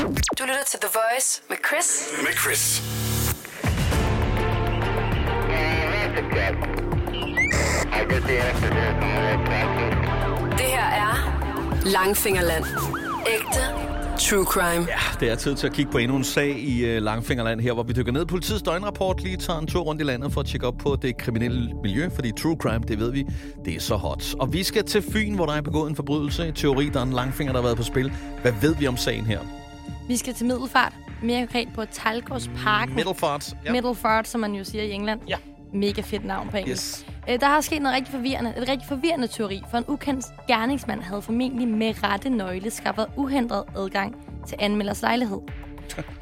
Du lytter til The Voice med Chris. Med Chris. I guess he has to do some more practice. Det her er Langfingerland. Ægte true crime. Ja, det er tid til at kigge på endnu en sag i øh, Langfingerland her, hvor vi dykker ned i politiets døgnrapport, lige tager en tur rundt i landet for at tjekke op på det kriminelle miljø, fordi true crime, det ved vi, det er så hot. Og vi skal til Fyn, hvor der er begået en forbrydelse. I teori, der er en langfinger, der har været på spil. Hvad ved vi om sagen her? Vi skal til Middelfart, mere konkret på Talgårds Park. Middelfart. Ja. Middelfart, som man jo siger i England. Ja. Mega fedt navn på engelsk. Yes. Øh, Der har sket noget rigtig forvirrende, et rigtig forvirrende teori, for en ukendt gerningsmand havde formentlig med rette nøgle skaffet uhindret adgang til anmelders lejlighed.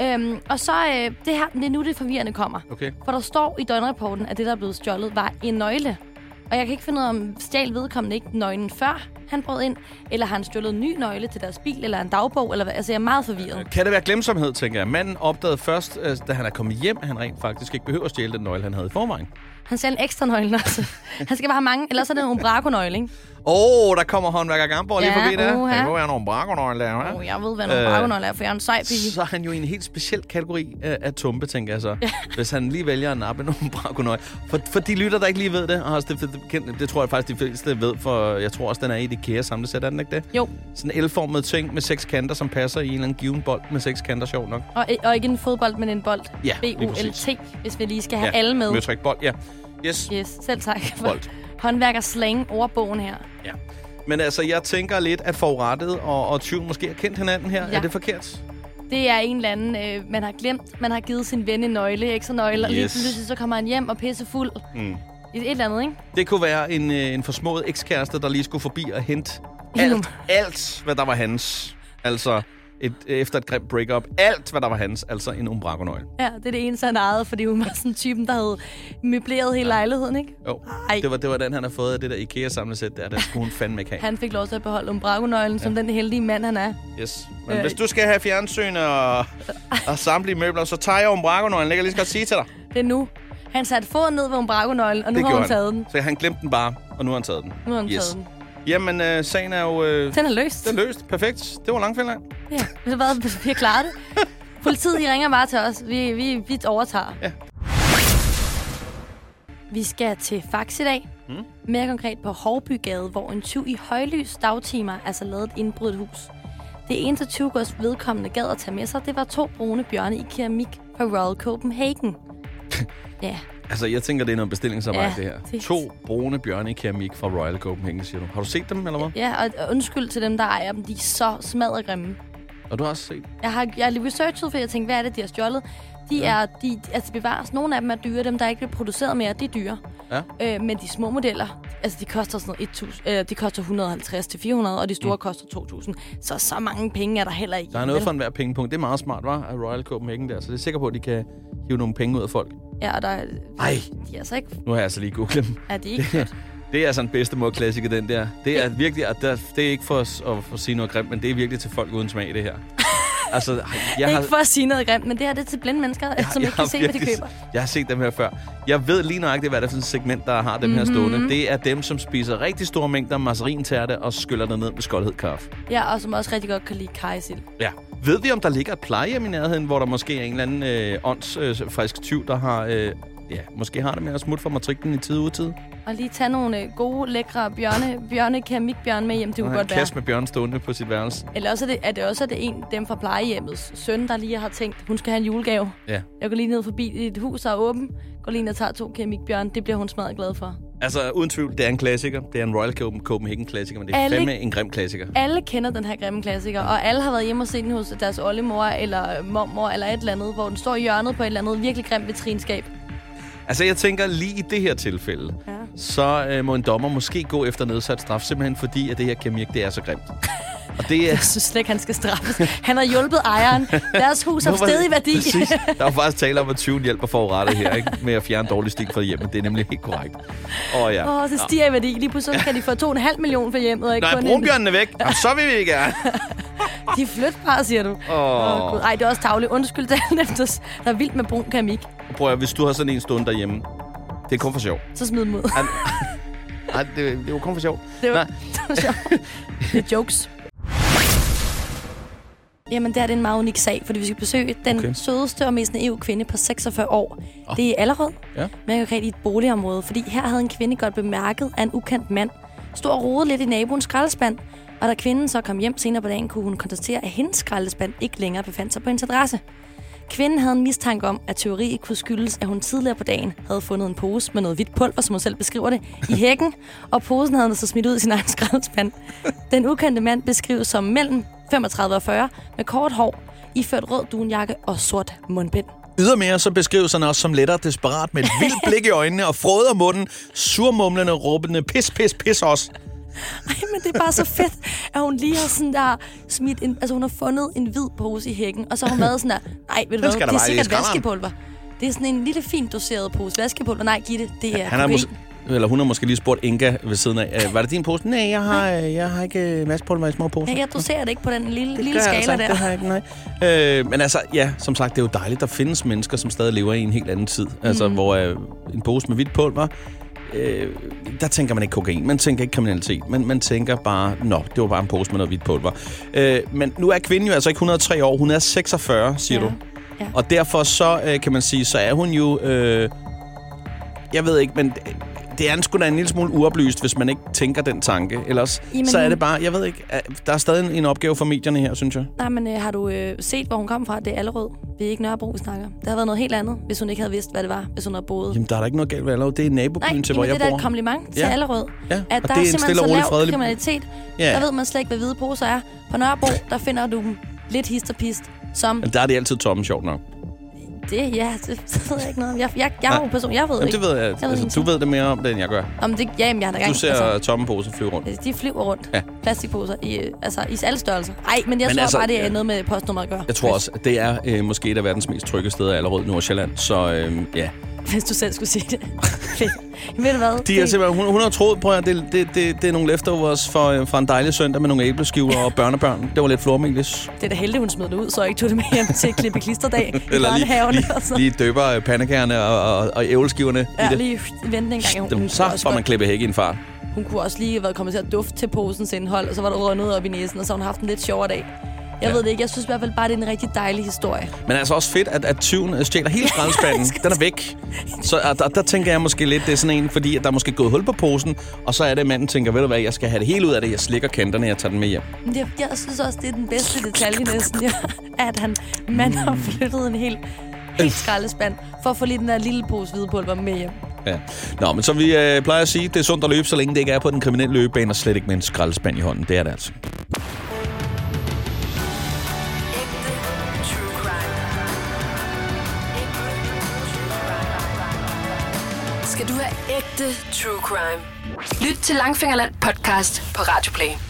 øhm, og så, øh, det her, det er nu det forvirrende kommer. Okay. For der står i døgnrapporten, at det, der er blevet stjålet, var en nøgle. Og jeg kan ikke finde ud af, om stjal vedkommende ikke nøglen før han brød ind, eller har han stjålet en ny nøgle til deres bil, eller en dagbog, eller hvad. Altså, jeg er meget forvirret. Kan det være glemsomhed, tænker jeg. Manden opdagede først, øh, da han er kommet hjem, at han rent faktisk ikke behøver at stjæle den nøgle, han havde i forvejen. Han stjal en ekstra nøgle også. Han skal bare have mange, ellers er det en Umbraco-nøgle, ikke? Åh, oh, der kommer håndværker Gamborg lige Ja, forbi der. uha. Det må være nogle brakonøgle der, hva'? Oh, jeg ved, hvad en Øh. Umbraco-nøgle er, for jeg er en sej pige. så er han jo i en helt speciel kategori øh, af tumpe, tænker jeg så. Hvis han lige vælger at nappe nogle brakonøje. For, for de lytter, der ikke lige ved det, og også det, det, kendt- det tror jeg faktisk, de fleste ved, for jeg tror også, den er i et IKEA-samlesæt, er den ikke det? Jo, Sådan en elformet ting med seks kanter, som passer i en eller anden given bold med seks kanter, sjov nok. og, og ikke en fodbold, men en bold. Ja, lige B-U-L-T, hvis vi lige skal have alle med. Møtrik bold, ja. Yes. Yes, selv tak. Bold. Håndværker slang over bogen her. Ja. Men altså, jeg tænker lidt, at forurettet og, og tyven måske har kendt hinanden her. Ja. Ja. Er det forkert? Det er en eller anden, øh, man har glemt. Man har givet sin ven en nøgle, ekstra nøgle, og lige Yes. pludselig så kommer han hjem og pisse fuld. Mm. Et eller andet, ikke? Det kunne være en, øh, en forsmået ekskæreste, der lige skulle forbi og hente alt, alt, hvad der var hans. Altså, et, efter et grimt breakup. Alt, hvad der var hans. Altså en umbrakonøgle. Ja, det er det eneste, han ejede, fordi hun var sådan typen, der havde møbleret hele lejligheden, ikke? Jo, Ej. det var, det var den, han har fået af det der IKEA-samlesæt der. Den skulle hun fandme ikke have. Han fik lov til at beholde umbrakonøglen, ja. som den heldige mand, han er. Yes. Men Øh. hvis du skal have fjernsyn og, og samtlige møbler, så tager jeg umbrakonøglen. Det kan jeg lige så godt sige til dig. Det er nu. Han satte foden ned ved umbrakonøglen, og nu det har gjorde hun taget den. Så han glemte den bare, og nu har han taget den. Nu har hun taget den. Jamen, øh, sagen er jo... Øh, Den er løst. den er løst. Perfekt. Det var Langfinland. Ja, ved du hvad, vi har klaret det. Politiet, de ringer bare til os. Vi, vi, vi overtager. Ja. Vi skal til Fax i dag. Hmm? Mm. Mere konkret på Hårbygade, hvor en tyv i højlys dagtimer altså lavede et indbrudt hus. Det eneste tyvgås vedkommende gad at tage med sig, det var to brune bjørne i keramik fra Royal Copenhagen. ja, Altså, jeg tænker, det er noget bestillingsarbejde, Ja, det her. det- To brune bjørne i keramik fra Royal Copenhagen, siger du. Har du set dem, eller hvad? ja, og- og undskyld til dem, der ejer dem. De er så smadregrimme. Og du har også set? Jeg har, jeg har lige researchet, for jeg tænkte, hvad er det, de har stjålet? De ja. er, de, altså bevares, nogle af dem er dyre, dem der ikke bliver produceret mere, de er dyre. Ja. Øh, men de små modeller, altså de koster sådan noget 1000, øh, de koster 150 til 400, og de store mm. koster 2000. Så så mange penge er der heller ikke. Der er noget for enhver pengepunkt. Det er meget smart, var af Royal Copenhagen der, så det er sikker på, at de kan hive nogle penge ud af folk. Ja, og der er, Ej, de er så ikke, nu har jeg altså lige googlet dem. er de ikke Det er altså en bedstemor-klassiker, den der. Det er virkelig, at der, det er ikke for os at, at sige noget grimt, men det er virkelig til folk uden smag, det her. Altså, ej, jeg ikke har, for at sige noget grimt, men det her det er til blinde mennesker, jeg, som ikke har kan se, hvad de virkelig- køber. Jeg har set dem her før. Jeg ved lige nøjagtigt, hvad det er for et segment, der har dem mm-hmm. her stående. Det er dem, som spiser rigtig store mængder mazarin-tærte og skyller det ned med skoldhed kaffe. Ja, og som også rigtig godt kan lide kajsild. Ja. Ved vi, om der ligger et plejehjem i nærheden, hvor der måske er en eller anden øh, åndsfrisk øh, frisk tyv, der har... Øh, ja, måske har det med at smutte fra matriklen i tid og utid. Og lige tage nogle øh, gode, lækre bjørne, bjørne keramikbjørne med hjem, Og det kunne har en godt være. kasse med bjørn stående på sit værelse. Eller også er det, er det også er det en dem fra plejehjemmets søn, der lige har tænkt, hun skal have en julegave. Ja. Jeg går lige ned forbi dit hus, der er åben. Går lige ned og tager to keramikbjørn. Det bliver hun smadret glad for. Altså, uden tvivl, det er en klassiker. Det er en Royal Copen- Copenhagen-klassiker, men det er Alle- fandme en grim klassiker. Alle kender den her grimme klassiker, og alle har været hjemme og set den hos deres oldemor eller mormor eller et eller andet, hvor den står i hjørnet på et eller andet virkelig grimt vitrinskab. Altså, jeg tænker lige i det her tilfælde, ja. Ja. så øh, må en dommer måske gå efter nedsat straf, simpelthen fordi, at det her keramik, det er så grimt. Og det Jeg er... synes slet ikke, han skal straffes. Han har hjulpet ejeren. Deres hus har Nu var det- stedig værdi. Præcis. Der er jo faktisk tale om, at tyven hjælper forurettet her, ikke? Med at fjerne dårlig stik fra hjemmet. Det er nemlig helt korrekt. Åh ja. Åh, oh, det stiger i værdi. Lige pludselig kan de få 2,5 millioner for hjemmet. og Ikke Nej, kun en- brunbjørnene væk. Jamen, så vil vi gerne. De er flytbare, siger du. Åh, oh. Gud. Ej, det er også tavligt. Undskyld til alle dem, der der er vildt med brun keramik. Prøv at, høre, hvis du har sådan en stund derhjemme, det er kun for sjov. Så smid dem ud. Nej, det, det var kun for sjov. Det var, Nej. det var sjovt. Det er jokes. Jamen, det her det er en meget unik sag, fordi vi skal besøge den Okay. okay. sødeste og mest naive kvinde på 46 år. Oh. Det er i Allerød, Ja. men konkret i et boligområde, fordi her havde en kvinde godt bemærket af en ukendt mand. Stod og rodede lidt i naboens skraldespand, og da kvinden så kom hjem senere på dagen, kunne hun konstatere, at hendes skraldespand ikke længere befandt sig på hendes adresse. Kvinden havde en mistanke om, at teori kunne skyldes, at hun tidligere på dagen havde fundet en pose med noget hvidt pulver, som hun selv beskriver det, i hækken, og posen havde hun så smidt ud i sin egen skraldespand. Den ukendte mand beskrives som mellem 35 og 40, med kort hår, iført rød dunjakke og sort mundbind. Ydermere så beskrives han også som lettere desperat med et vildt blik i øjnene og frøder munden, surmumlende, råbende pis, pis, pis os. Ej, men det er bare så fedt, at hun lige har sådan der smidt en, altså hun har fundet en hvid pose i hækken, og så har hun været sådan der, nej, ved du hvad, skal der det er bare i sikkert skralderen." vaskepulver. Det er sådan en lille fint doseret pose vaskepulver. Nej, giv det, det er Han har kokain. måske, eller hun har måske lige spurgt Inga ved siden af, "Øh, var det din pose? Nej, jeg har, øh, jeg har ikke øh, masse pulver i små poser. Ja, jeg doserer det ikke på den lille, Det lille gør jeg altså skala ikke. der. Det har jeg ikke, nej. Øh, men altså, ja, som sagt, det er jo dejligt, der findes mennesker, som stadig lever i en helt anden tid. Altså, Mhm. mm. hvor øh, en pose med hvidt pulver, øh, der tænker man ikke kokain, man tænker ikke kriminalitet, men man tænker bare, nå, det var bare en pose med noget hvidt pulver. Øh, men nu er kvinden jo altså ikke 103 år, hun er 46, siger Ja. du. Ja. Og derfor så, øh, kan man sige, så er hun jo... Øh, jeg ved ikke, men det- det er en sgu da en lille smule uoplyst, hvis man ikke tænker den tanke. Ellers Jamen, Jamen, så er hun- det bare, jeg ved ikke, øh, der er stadig en- en opgave for medierne her, synes jeg. Nej, men øh, har du øh, set, hvor hun kom fra? Det er Allerød. Det er ikke Nørrebro, vi snakker. Det havde været noget helt andet, hvis hun ikke havde vidst, hvad det var, hvis hun havde boet. Jamen, der er da ikke noget galt ved Allerød. Det er nabobyen Nej, til, hvor jamen, jeg det er da bor. et kompliment til Ja. Allerød. Ja, At og der det er en simpelthen stille og så rolig, lav fredelig- kriminalitet. Ja. Der ved man slet ikke, hvad hvide poser er. På Nørrebro, der finder du dem lidt hist og pist, som Men der er det altid tomme, sjovt nok. det, ja, det, det ved jeg ikke noget om. Jeg, jeg, jeg er jo Nej. en person, jeg ved Jamen, ikke. det ved jeg. ved Altså, ingenting. du ved det mere om det, end jeg gør. Om det, ja, jamen, jeg har da gang. Du ser tomme poser flyve rundt. Altså, de flyver rundt. Ja. Plastikposer i, øh, altså, i alle størrelser. Nej, men jeg Men tror altså, bare, det er ja. noget med postnummer at gøre. Jeg tror også, at det er øh, måske et af verdens mest trygge steder allerede i Nordsjælland. Så øh, ja. Hvis du selv skulle sige det. Fedt. Men Ved du hvad? De er simpelthen, hun, hun har troet, prøv at høre, det, det, det, det er nogle leftovers for, øh, fra en dejlig søndag med nogle æbleskiver og børnebørn. Det var lidt flormelis. det er da heldigt, hun smed det ud, så jeg ikke tog det med hjem til klippe klisterdag i lige, børnehaven. lige, og sådan. lige døber øh, pandekagerne og, og, og æbleskiverne i ja, det. lige vente en gang. Hun, Dem, hun, så kunne også får man godt- klippet hæk i en far. hun kunne også lige have været kommet til at dufte til posens indhold, og så var der rundet op i næsen, og så har hun haft en lidt sjovere dag. Jeg Ja. ja. ved det ikke. Jeg synes i hvert fald bare, det er en rigtig dejlig historie. Men altså også fedt, at, at tyven øh, stjæler hele skraldespanden. Den er væk. Så og der, der tænker jeg måske lidt, det er sådan en, fordi at der er måske gået hul på posen, og så er det, at manden tænker, ved du hvad, jeg skal have det hele ud af det, jeg slikker kanterne, jeg tager den med hjem. Men jeg, jeg synes også, det er den bedste detalje næsten, ja, at han mand har Mm. flyttet en hel, helt skraldespand for at få lige den der lille pose hvidepulver med hjem. Ja. Nå, men som vi øh, plejer at sige, det er sundt at løbe, så længe det ikke er på den kriminelle løbebane, og slet ikke med en skraldespand i hånden. Det er det altså. Ægte true crime. Ægte true crime. Skal du have ægte true crime? Lyt til Langfingerland podcast på Radio Play.